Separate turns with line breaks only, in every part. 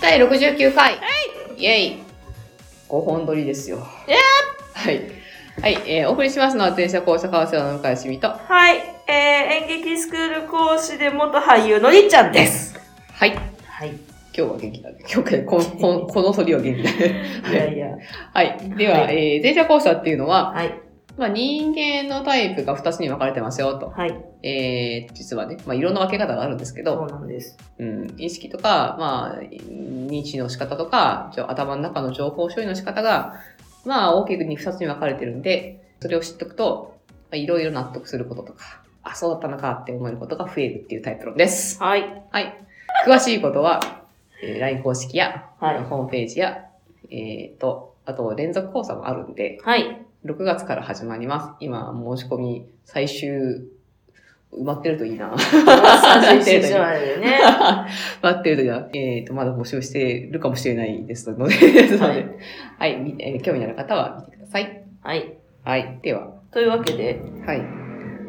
第69回。イェイ。
5本撮りですよ。
え
はい。はい、えー、お送りしますのは、電車高速川瀬の向井しみと。
はい、えー、演劇スクール講師で元俳優のりっちゃんです。
はい。今
はい。
日は元気だね。今日か、こ ここの撮りは元気だね。
いやいや。
はい。では、
は
えー、電車高速っていうのは、
はい。
まあ、人間のタイプが2つに分かれてますよ、と。
はい。
えー、実はね、まあ、いろんな分け方があるんですけ
そう
ど、
なんです。
うん、意識とか、まあ、認知の仕方とか、ちょ頭の中の情報処理の仕方が、まあ、大きくに2つに分かれてるんで、それを知っておくと、まあいろいろ納得することとか、あ、そうだったのかって思えることが増えるっていうタイプ論です。
はい。
はい。詳しいことは、えー LINE 公式や、
はい。
ホームページや、えっ、と、あと連続講座もあるんで、
はい。
6月から始まります。今、申し込み、最終、埋まってるといいな。
最終試合でね。
待ってるときは、えっ、と、まだ募集してるかもしれないですので、ですのではい、みえー興味のある方は見てください。
はい。
はい、では、
というわけで、
はい。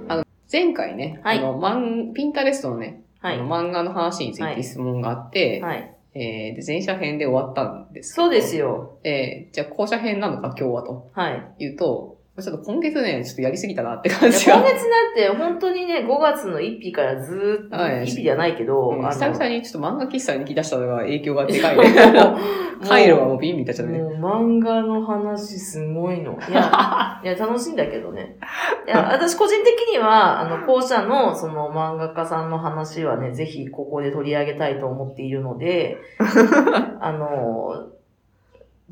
あの、前回ね、
はい
あの、マン、ピンタレストのね、
はい
あの。漫画の話につい
は
て
い
質問があって、
はい。
えーで、前者編で終わったんですけど
そうです。よ。
えーじゃあ後者編なのか今日はと
はい。い
いうと、ちょっと今月ね、ちょっとやりすぎたなって
や
感
今
じ
月
が。
だって本当にね、5月の1日からずーっと、
はい
1日じゃないけど、
うん
あの
久々にちょっと漫画喫茶に行き出したのが影響がでかい
も
ね。
う
回路はもうビンビン立っちゃうね。
もう漫画の話すごいの。いや、いや楽しいんだけどね。いや、私個人的に は、あの、校舎のその漫画家さんの話はね、ぜひここで取り上げたいと思っているので、 あの、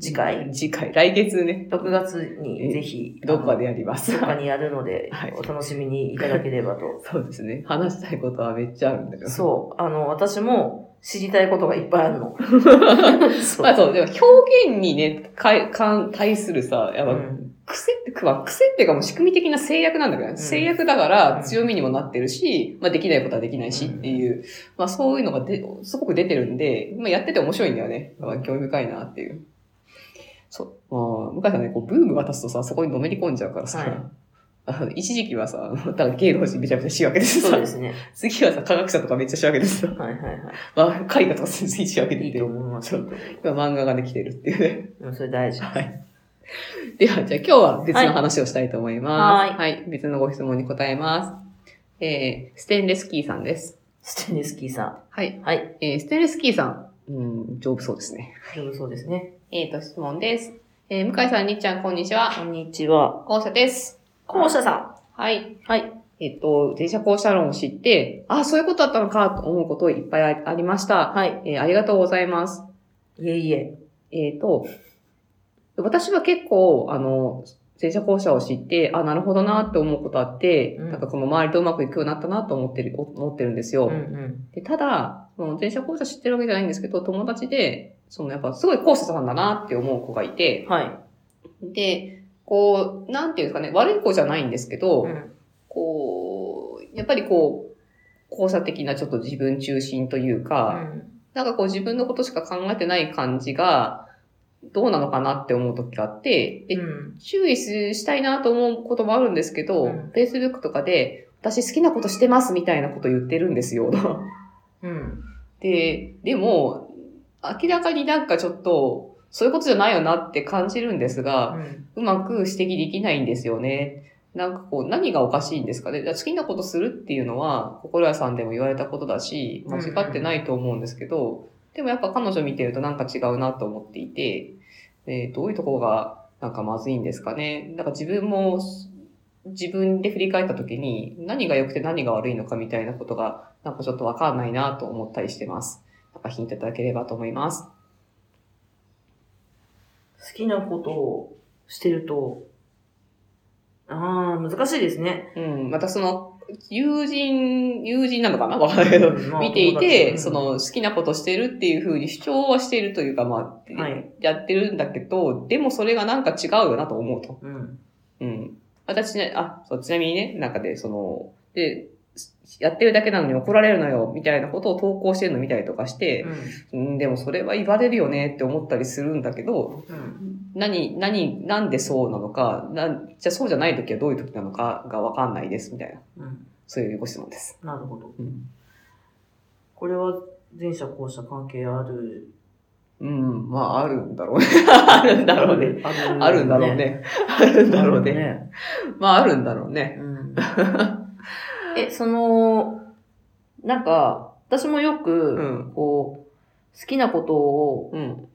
次回、
次回、来月ね、
6月にぜひ、
どっかでやります
あの。どっかにやるので
はい、
お楽しみにいただければ と。
そうですね。話したいことはめっちゃあるんだけど。
そう、あの、私も知りたいことがいっぱいある の。そう
まあそう、でも表現にね、かいかん対するさ、やっぱ、
うん
癖って、まあ癖っていうかもう仕組み的な制約なんだけど、ね
ん
制約だから強みにもなってるし、まあできないことはできないしっていう、まあそういうのがですごく出てるんで、まあやってて面白いんだよね。まあ興味深いなっていう。そう。まあ、向井さんね、こうブームが立つとさ、そこにのめり込んじゃうからさ、
はい
あの 一時期はさ、 だから芸能人めちゃめちゃ仕分けでさ
そう、ですね。
次はさ、科学者とかめっちゃ仕分けでさ、
はいはいは
まあ絵画とか先生仕分け
い。 い
で
い
て
と思います。いいと思い
今漫画ができてるっていうね。
ますうんそれ大事。
はい。では、じゃあ今日は別の話をしたいと思います。はい。別のご質問に答えます。えー、ステンレスキーさんです。
ステンレスキーさ
はい。
ん。はい。
えー、ステンレスキーさん。うん、丈夫そうですね。
大丈夫そうですね。
えーと、質問です。えー、向井さん、りっちゃん、こんにちは。
こんにちは。
校舎です。
校舎さん。
はい。
はい。
えっ、と、電車校舎論を知って、あ、そういうことだったのか、と思うこといっぱいありました。
はい。
えー、ありがとうございます。
いえいえ。
えっ、と、私は結構、あの、前者後者を知って、あ、なるほどなって思うことあって、
うん
なんかこの周りとうまくいくようになったなと思ってる、思ってるんです
う
よ。
んうん。
でただ、その前者後者知ってるわけじゃないんですけど、友達で、そのやっぱすごい後者さんだなって思う子がいて、
はい。
で、こう、なんていうんですかね、悪い子じゃないんですけど、
うん
こう、やっぱりこう、後者的なちょっと自分中心というか、なんかこう自分のことしか考えてない感じが、どうなのかなって思う時があって、で
うん。
注意すしたいなと思うこともあるんですけど、
うん
Facebook とかで、私好きなことしてますみたいなこと言ってるんです よ。
うん。
で、でも、明らかになんかちょっと、そういうことじゃないよなって感じるんですが、
うん
うまく指摘できないんですよね。なんかこう、何がおかしいんですかね。だから好きなことするっていうのは、心屋さんでも言われたことだし、間違ってないと思うんですけど、でもやっぱ彼女見てるとなんか違うなと思っていて、えーどういうところがなんかまずいんですかね。なんか自分も、自分で振り返った時に何が良くて何が悪いのかみたいなことがなんかちょっとわかんないなと思ったりしてます。なんかヒントいただければと思います。
好きなことをしてると、ああ、難しいです ね。
うん、またその、友人、友人なのかなわかんないけど、
うんまあ
見てい
友達
て、
うん
その、好きなことしてるっていうふうに主張はしているというか、まあ、
はい
やってるんだけど、でもそれがなんか違うよなと思うと。
うん。
うん。私ね、あ、そう、ちなみにね、なんかで、その、で、やってるだけなのに怒られるのよ、みたいなことを投稿してるの見たりとかして、うん、でもそれは言われるよねって思ったりするんだけど、
うん。
何、何、なんでそうなのか、なんじゃあそうじゃない時はどういう時なのかがわかんないです、みたいな。
うん。
そういうご質問です。
なるほど。
うん、
これは前者後者関係ある
うん、まあ、あるんだろ うね。
あるんだろうね。
あるんだろう。ね。あるんだろうね。まあ、あるんだろうね。
うん、え、その、なんか、私もよく、
うん
こう、好きなことを
うん。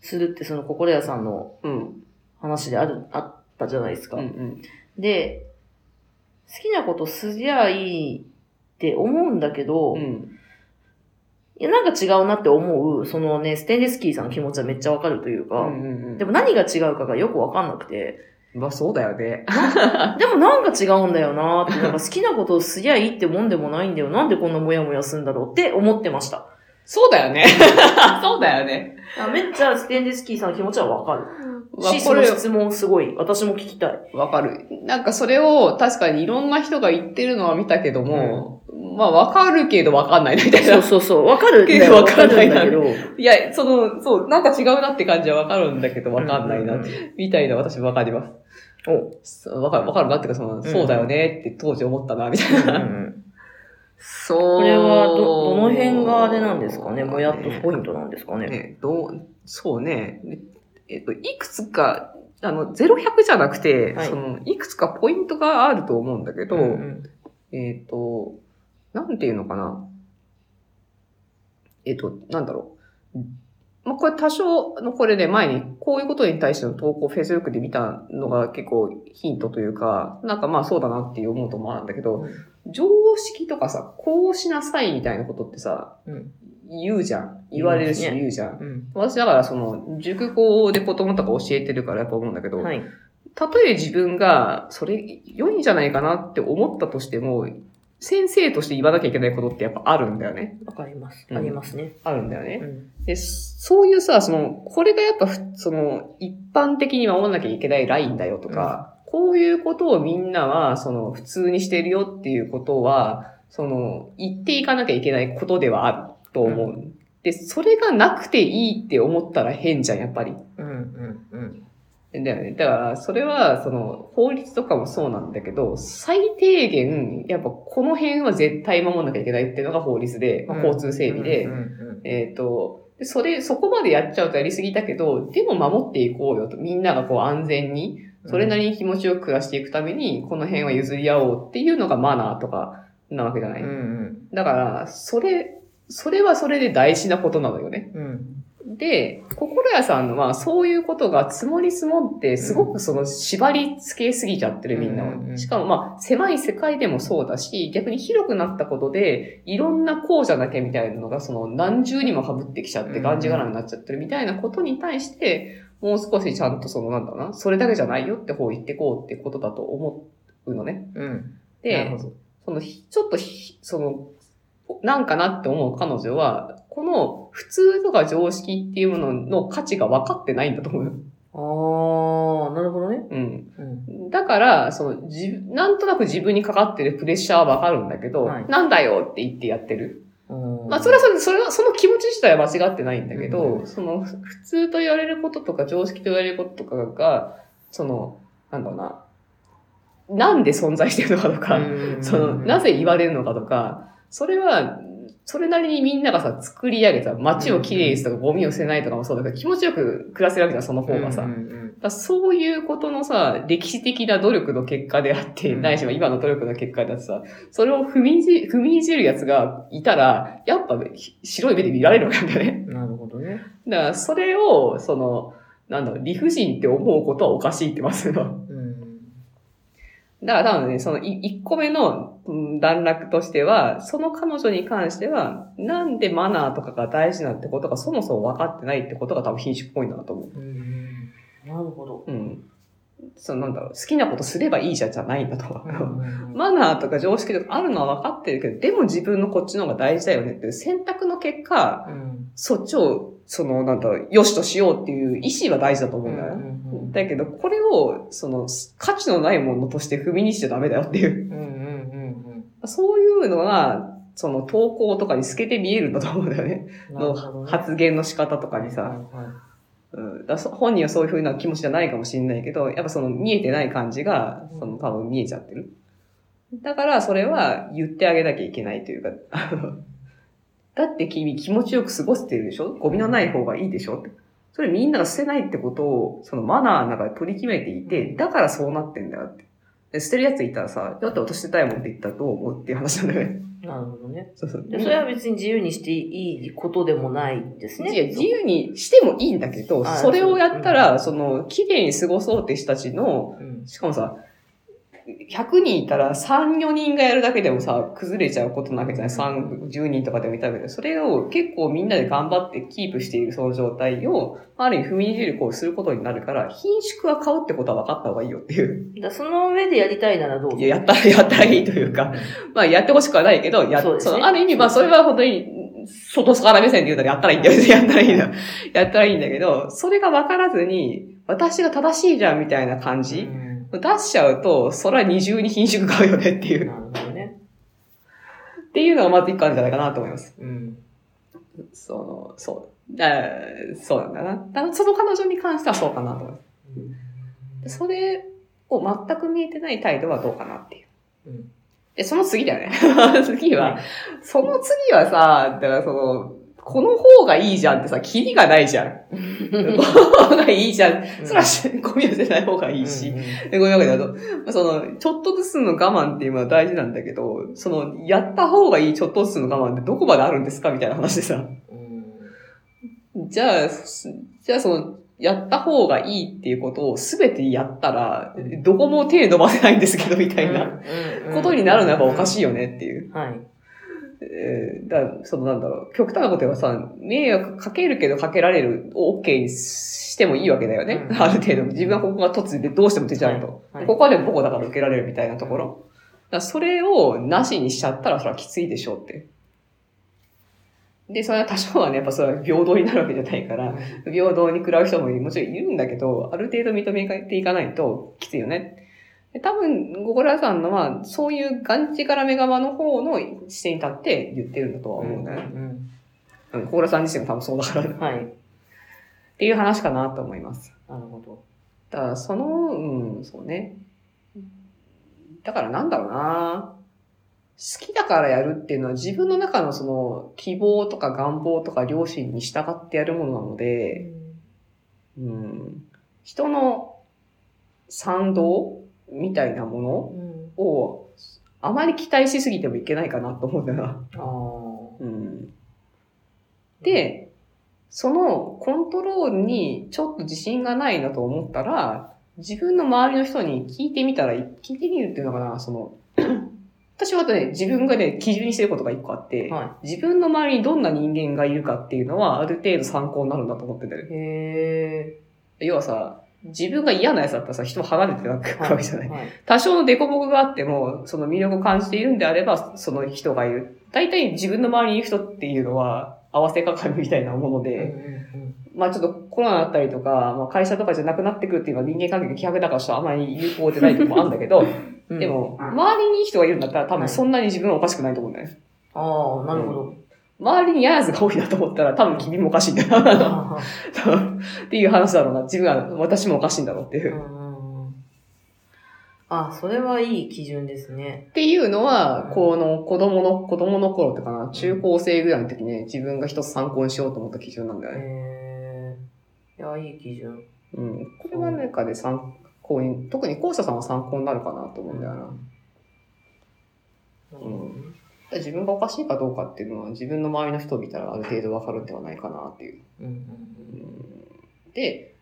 するって、その、心屋さんの
うん。
話である、あったじゃないですか。
うん。うん。
で、好きなことすりゃいいって思うんだけど、
う
い
ん。
やなんか違うなって思う、そのね、ステンレスキーさんの気持ちはめっちゃわかるという
う
か、
んうん。
でも何が違うかがよくわかんなくて、
まあ、そうだよね。
でもなんか違うんだよなって、なんか好きなことをすりゃいいってもんでもないんだよ。なんでこんなモヤモヤするんだろうって思ってました。
そうだよね。 そうだよね。
あめっちゃステンレスキーさんの気持ちはわかる。
まあ
し、
こ
その
れ、
質問すごい。私も聞きたい。
わかる。なんかそれを確かにいろんな人が言ってるのは見たけども、まあわかるけどわかんないなみたい
そう
な。
そうそう。わかるんだ
けど
よ。
わかんない
ん
な
だけど。
いや、その、そう、なんか違うなって感じはわかるんだけどわかんないな、
ううう
みたいな私わかります。
お
そうわかる、わかるなっていうか、その、
ん
そうだよねって当時思ったな、みたい
うんう
な。
ん
そう。
これはど、どの辺があれなんですかね。もやっとポイントなんですかね。
ね、どう、そうね。えっと、いくつか、あの、0100じゃなくて、
はい
その、いくつかポイントがあると思うんだけど、
うんうん
えっ、と、なんていうのかな。えっ、と、なんだろう。まあ、これ多少、あのこれね、前にこういうことに対しての投稿、Facebook で見たのが結構ヒントというか、なんかまあそうだなっていう思うと思うんだけど、常識とかさ、こうしなさいみたいなことってさ、
うん
言うじゃん。言われるし
言いますね
言うじゃん。
うん
私だからその、熟語で子供とか教えてるからやっぱ思うんだけど、
はい。
たとえ自分が、それ、良いんじゃないかなって思ったとしても、先生として言わなきゃいけないことってやっぱあるんだよね。
わかります。
うん
ありますね。
あるんだよ
う
ね。
ん
で、そういうさ、その、これがやっぱふ、その、一般的に守らなきゃいけないラインだよとか、こういうことをみんなは、その、普通にしてるよっていうことは、その、言っていかなきゃいけないことではあると思う。で、それがなくていいって思ったら変じゃん、やっぱり。
うんうんうん。
だよね。だから、それは、その、法律とかもそうなんだけど、最低限、やっぱこの辺は絶対守んなきゃいけないっていうのが法律で、まあ、交通整備で、
うんうんうん
えっ、と、でそれ、そこまでやっちゃうとやりすぎだけど、でも守っていこうよと、みんながこう安全に、それなりに気持ちよく暮らしていくために、この辺は譲り合おうっていうのがマナーとかなわけじゃない。
うん
だから、それ、それはそれで大事なことなのよね。
うんうん
で、心屋さんのはそういうことが積もり積もって、すごくその縛り付けすぎちゃってるみんな
うんうんう
を。
ん
しかもまあ、狭い世界でもそうだし、逆に広くなったことで、いろんなこうじゃなきゃみたいなのが、その何重にも被ってきちゃっ
う
て、
ん
がんじがらめになっちゃってるみたいなことに対して、もう少しちゃんとその、なんだろうな、それだけじゃないよって方言ってこうってことだと思うのね。
うん。な
で
る、ほど
そのひ、ちょっとひ、その、なんかなって思う彼女は、この普通とか常識っていうものの価値が分かってないんだと思う。
ああ、なるほどね。
うん。
うん。
だから、その、じ、なんとなく自分にかかってるプレッシャーは分かるんだけど、
はい
なんだよって言ってやってる。ま
ま
あ、それはそれ、それは、その気持ち自体は間違ってないんだけど、
う
その、ふ普通と言われることとか、常識と言われることとかが、その、なんだろうな、なんで存在してるのかとか、その、なぜ言われるのかとか、それは、それなりにみんながさ、作り上げた、街をきれいにするとか、ゴミを捨てないとかもそうだけど、気持ちよく暮らせるわけじゃん、その方がさ。
うん
だからそういうことのさ、歴史的な努力の結果であって、
うん
ないしは今の努力の結果だってさ、それを踏みにじ、踏みにじるやつがいたら、やっぱひ白い目で見られるわけなんだよね。
うんなるほどね。
だから、それを、その、なんだろう、理不尽って思うことはおかしいってますよ。
うん。
だから多分ね、その1個目のうん段落としては、その彼女に関しては、なんでマナーとかが大事なんてことがそもそも分かってないってことが多分品種っぽいんだなと思
うんなるほど。
う。うん。そのなんだろう、好きなことすればいいじゃんじゃないんだと。
うん
マナーとか常識とかあるのは分かってるけど、でも自分のこっちの方が大事だよねっていう選択の結果、
うん
そっちを、そのなんだろう、良しとしようっていう意思は大事だと思うんだよね。
うん
だけど、これを、その、価値のないものとして踏みにしちゃダメだよっていう。
うんうんうん
そういうのが、その投稿とかに透けて見えるんだと思うんだよね。
うん。
の発言の仕方とかに
は
さ。
いはい
うん、だからそ本人はそういう風な気持ちじゃないかもしれないけど、やっぱその見えてない感じが、その多分見えちゃ ってる。だからそれは言ってあげなきゃいけないというか、あのだって君気持ちよく過ごせてるでしょゴミのない方がいいでしょってそれみんなが捨てないってことを、そのマナーの中で取り決めていて、だからそうなってんだよって。で捨てるやついたらさ、だって私捨てたいもんって言ったらどう思うっていう話なんだよね。
なるほどね。
そうそう。
でそれは別に自由にしていいことでもないんですね。
いや、自由にしてもいいんだけど、
あ
それをやった
うん
ら、その、綺麗に過ごそうって人たちの、
うん。
しかもさ、100人いたら3、4人がやるだけでもさ、崩れちゃうことなわけじゃない。3、10人とかでもいたわけで。それを結構みんなで頑張ってキープしているその状態を、ある意味踏みにじるこうすることになるから、品縮は買うってことは分かった方がいいよっていう。
だからその上でやりたいならどうぞ
いややったら、やったらいいというか、まあやってほしくはないけど、や、
そう
そ
ですね
のある意味、まあそれは本当に、外から目線で言うたらやったらいいんだよ。やったらいいんだよ。やったらいいんだけど、それが分からずに、私が正しいじゃんみたいな感
う
じ、
ん
出しちゃうと、それは二重に品種買うよねってい
なる
う、
ほどね。
っていうのがまず一個あるんじゃないかなと思います。
うん。
その、そう。あーそうなんだな。だからその彼女に関してはそうかなと思いま
うん
す。それを全く見えてない態度はどうかなっていう。
うん
で、その次だよね。 次は、その次はさ、だからその、この方がいいじゃんってさ、キリがないじゃ ん。この方がいいじゃん。そら、ゴミを捨てない方がいいし。で、こういうわけだと、まあその、ちょっとずつの我慢っていうのは大事なんだけど、その、やった方がいいちょっとずつの我慢ってどこまであるんですかみたいな話でさ。
うんうん
じゃあ、すじゃあその、やった方がいいっていうことを全てやったら、どこも手伸ばせないんですけど、みたいなことになるのはやっぱおかしいよねっていう。
はい。
えーだそのなんだろう、極端なこと言えばさ、迷惑かけるけどかけられるを OK にしてもいいわけだよね。
うん
ある程度。自分はここが突でどうしても出ちゃうと。
はいはい
ここはでも僕だから受けられるみたいなところ。だからそれをなしにしちゃったらそれはきついでしょうって。で、それは多少はね、やっぱそれは平等になるわけじゃないから、平等に食らう人ももちろんいるんだけど、ある程度認めていかないときついよねで多分、ゴゴラさんのは、そういうがんじがらめ側の方の視点に立って言ってるんだとは思うね。
うん
うん、ゴゴラさん自身も多分そうだから、
うんはい。
っていう話かなと思います。
なるほど。
だから、その、うん、そうね。だからなんだろうな好きだからやるっていうのは自分の中のその希望とか願望とか良心に従ってやるものなので、うん、人の賛同みたいなもの
うん
をあまり期待しすぎてもいけないかなと思うんだな。
あー
うん、で、そのコントロールにちょっと自信がないなと思ったら、自分の周りの人に聞いてみたら、聞いてみるっていうのかな、その、 私はあとね、自分がね、基準にしてることが一個あって、
は
自分の周りにどんな人間がいるかっていうのは、ある程度参考になるんだと思ってんだよね。
い。へ
要はさ、自分が嫌なやつだったらさ、人も離れてなく
え。
るわけじゃない。
はい。
多少の凸凹があっても、その魅力を感じているんであれば、その人がいる。大体自分の周りにいる人っていうのは、合わせ鏡みたいなもの
うん
で、まあちょっとコロナだったりとか、まあ会社とかじゃなくなってくるっていうのは人間関係が希薄だからちょっとあまり有効でないとこもあるんだけど、
うんうん
で、も、周りにいい人がいるんだったら多分そんなに自分はおかしくないと思うんだよね。
ああ、なるほど。
周りに嫌な奴が多いなと思ったら多分君もおかしいんだよ。
あ
っていう話だろうな。自分は、私もおかしいんだろうってい
ー
う
う。んうんあ、それはいい基準ですね。
っていうのは、この子供の、子供の頃ってかな、中高生ぐらいの時に自分が一つ参考にしようと思った基準なんだよね。
へえ。いや、いい基準。
うん。これはなんかで参考に、特に校舎さんは参考になるかなと思うんだよな。だかんら自分がおかしいかどうかっていうのは自分の周りの人を見たらある程度わかるんではないかなっていう。
うんうん
うんで、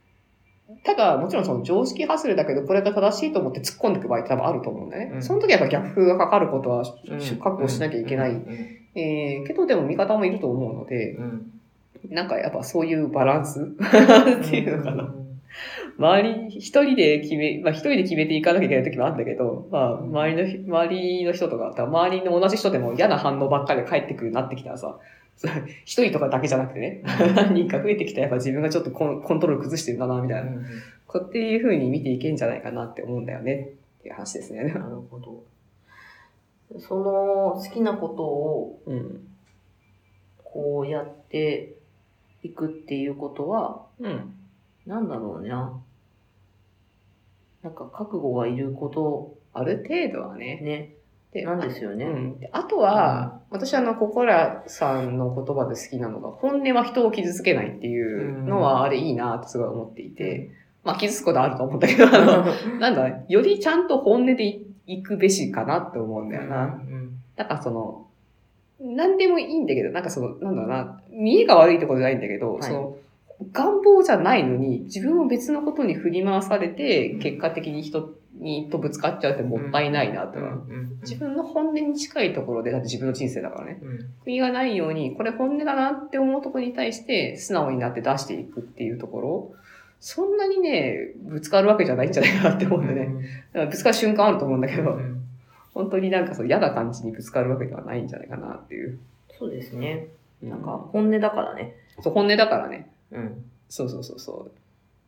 ただ、もちろんその常識外れだけど、これが正しいと思って突っ込んでいく場合って多分あると思うんだよね。
うん
その時はやっぱ逆風がかかることは
うん
覚悟しなきゃいけない。
うん
えー、けどでも味方もいると思うので、
うんうん
なんかやっぱそういうバランスっていうのかな。周り、一人で決め、まあ一人で決めていかなきゃいけない時もあるんだけど、まあ周りの、周りの人とか、だから周りの同じ人でも嫌な反応ばっかりで帰ってくるようになってきたらさ、 それ一人とかだけじゃなくてね、何人か増えてきたらやっぱ自分がちょっとコンコントロール崩してるんだな、みたいな。
うん
こうっていう風に見ていけんじゃないかなって思うんだよね。っていう話ですね。
なるほど。その好きなことを
うん。
こうやっていくっていうことは、
うん。
なんだろうな。なんか覚悟がいること
ある程度はね、
ね。
で
なんですよ
う
ね。
ん、であとは、私あの、ココラさんの言葉で好きなのが、本音は人を傷つけないっていうの
うん
は、あれいいなってすごい思っていて、まあ、傷つくことはあると思うんだけ ど、あの、なんだ、よりちゃんと本音でいいくべしかなって思うんだよな。
うん
だからその、何でもいいんだけど、なんかその、なんだろうな、見えが悪いところじゃないんだけど、
はい
その、願望じゃないのに、自分を別のことに振り回されて、結果的に人にとぶつかっちゃうってもったいないなとは。
うん
自分の本音に近いところで、だって自分の人生だからね。
うん
悔いがないように、これ本音だなって思うところに対して、素直になって出していくっていうところ、そんなにね、ぶつかるわけじゃないんじゃないかなって思うんだね。だからぶつかる瞬間あると思うんだけ
う
ど、
ん
本当になんかそう嫌な感じにぶつかるわけではないんじゃないかなっていう。
そうですね。
な
なんん
か、
か本音だからね。
そう本音だからね。
うん。
そうそうそうそ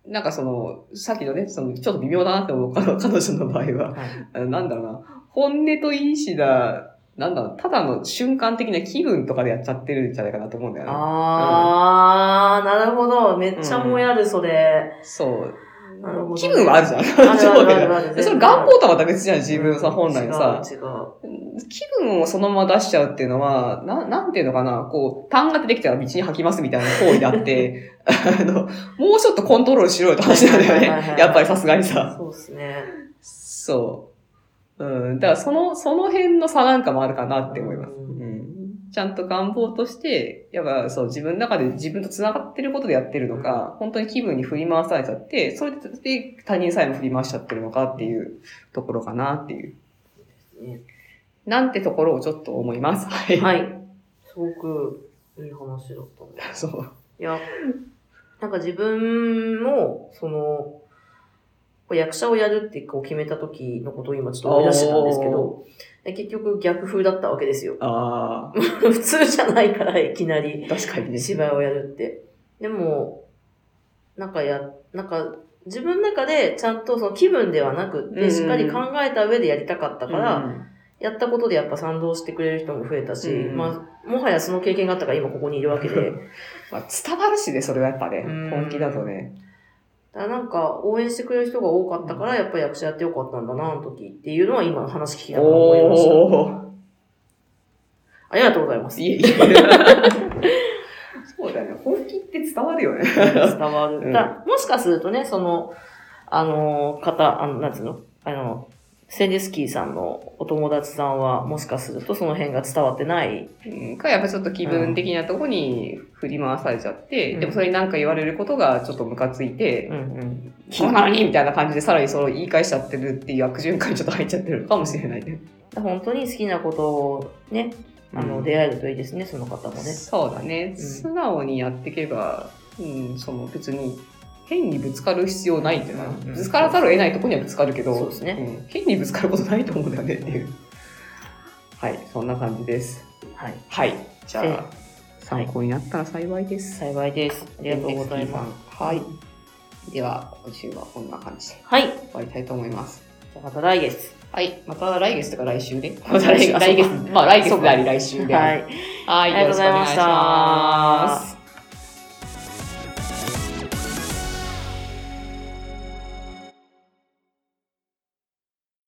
う。なんかその、さっきのね、その、ちょっと微妙だなって思う彼彼女の場合は、
はい
あのなんだろうな、本音といいしだ、なんだろう、ただの瞬間的な気分とかでやっちゃってるんじゃないかなと思うんだよね。
あー、なるほど。めっちゃもやる、それ。
そう。
なるほどね
気分はあるじゃん。
あるあるあるある
で その願望とはまた別じゃん、自分のさ、本来のさ。
違う違う。
気分をそのまま出しちゃうっていうのは、ななんていうのかな、こう、単が出てきたら道に吐きますみたいな行為であって、 あの、もうちょっとコントロールしろよって話なんだ
はいはいはい
よ
は
ね。
い
やっぱりさすがにさ。
そうですね。
そう。うん。だからその、その辺の差なんかもあるかなって思います。
う
うんん。ちゃんと願望として、やっぱそう、自分の中で自分と繋がってることでやってるのか、本当に気分に振り回されちゃって、それで他人さえも振り回しちゃってるのかっていうところかなっていう。なんてところをちょっと思います。はい。
はい。すごくいい話だったんで。
そう。。
いや、なんか自分も、その、役者をやるってこう決めた時のことを今ちょっと思い出してたんですけど、で結局逆風だったわけですよ
あ
普通じゃないから、いきなり
あ、確かにね。
芝居をやるって。でも、なんかや、なんか、自分の中でちゃんとその気分ではなく
う
て、
ん
しっかり考えた上でやりたかったから、
うん
やったことでやっぱ賛同してくれる人も増えたし、
うん
まあ、もはやその経験があったから今ここにいるわけで、
まあ、伝わるしね、それはやっぱね。
うん
本気だとね。
だからなんか応援してくれる人が多かったから、やっぱり役者やってよかったんだな、あの時っていうのは今の話聞きながら思いました。
お
ありがとうございます。
ー。いえいえ。そうだよね。本気って伝わるよね。
伝わる。
うん
だからもしかするとね、その、あの、方、あの、なんつうのあの、センデスキーさんのお友達さんは、もしかするとその辺が伝わってない。
うんか、やっぱちょっと気分的なとこに振り回されちゃって、
うん
でもそれに何か言われることがちょっとムカついて、
うんうん。
こうなのにみたいな感じでさらにそれを言い返しちゃってるっていう悪循環にちょっと入っちゃってるのかもしれないね。
本当に好きなことをね、あの、
うん
出会えるといいですね、その方もね。
そうだね、
うん
素直にやっていけば、うん、その別に変にぶつかる必要ないっていうのは、
うん
ぶつからざるを得ないとこにはぶつかるけど
そうですね
うん変にぶつかることないと思うんだよねって いうはいそんな感じです
はい。
はいじゃあ、
ええ
参考になったら幸いです、
幸いです。ありがとうございます。
すはいでは今週はこんな感じで
はい。
終わりたいと思います
じゃあまた来月。
はいまた来月と か来週ね
また来月
来月まあ来月であり来週であ
は
り
い。
はい
ありがとうございました
よろしくお願いします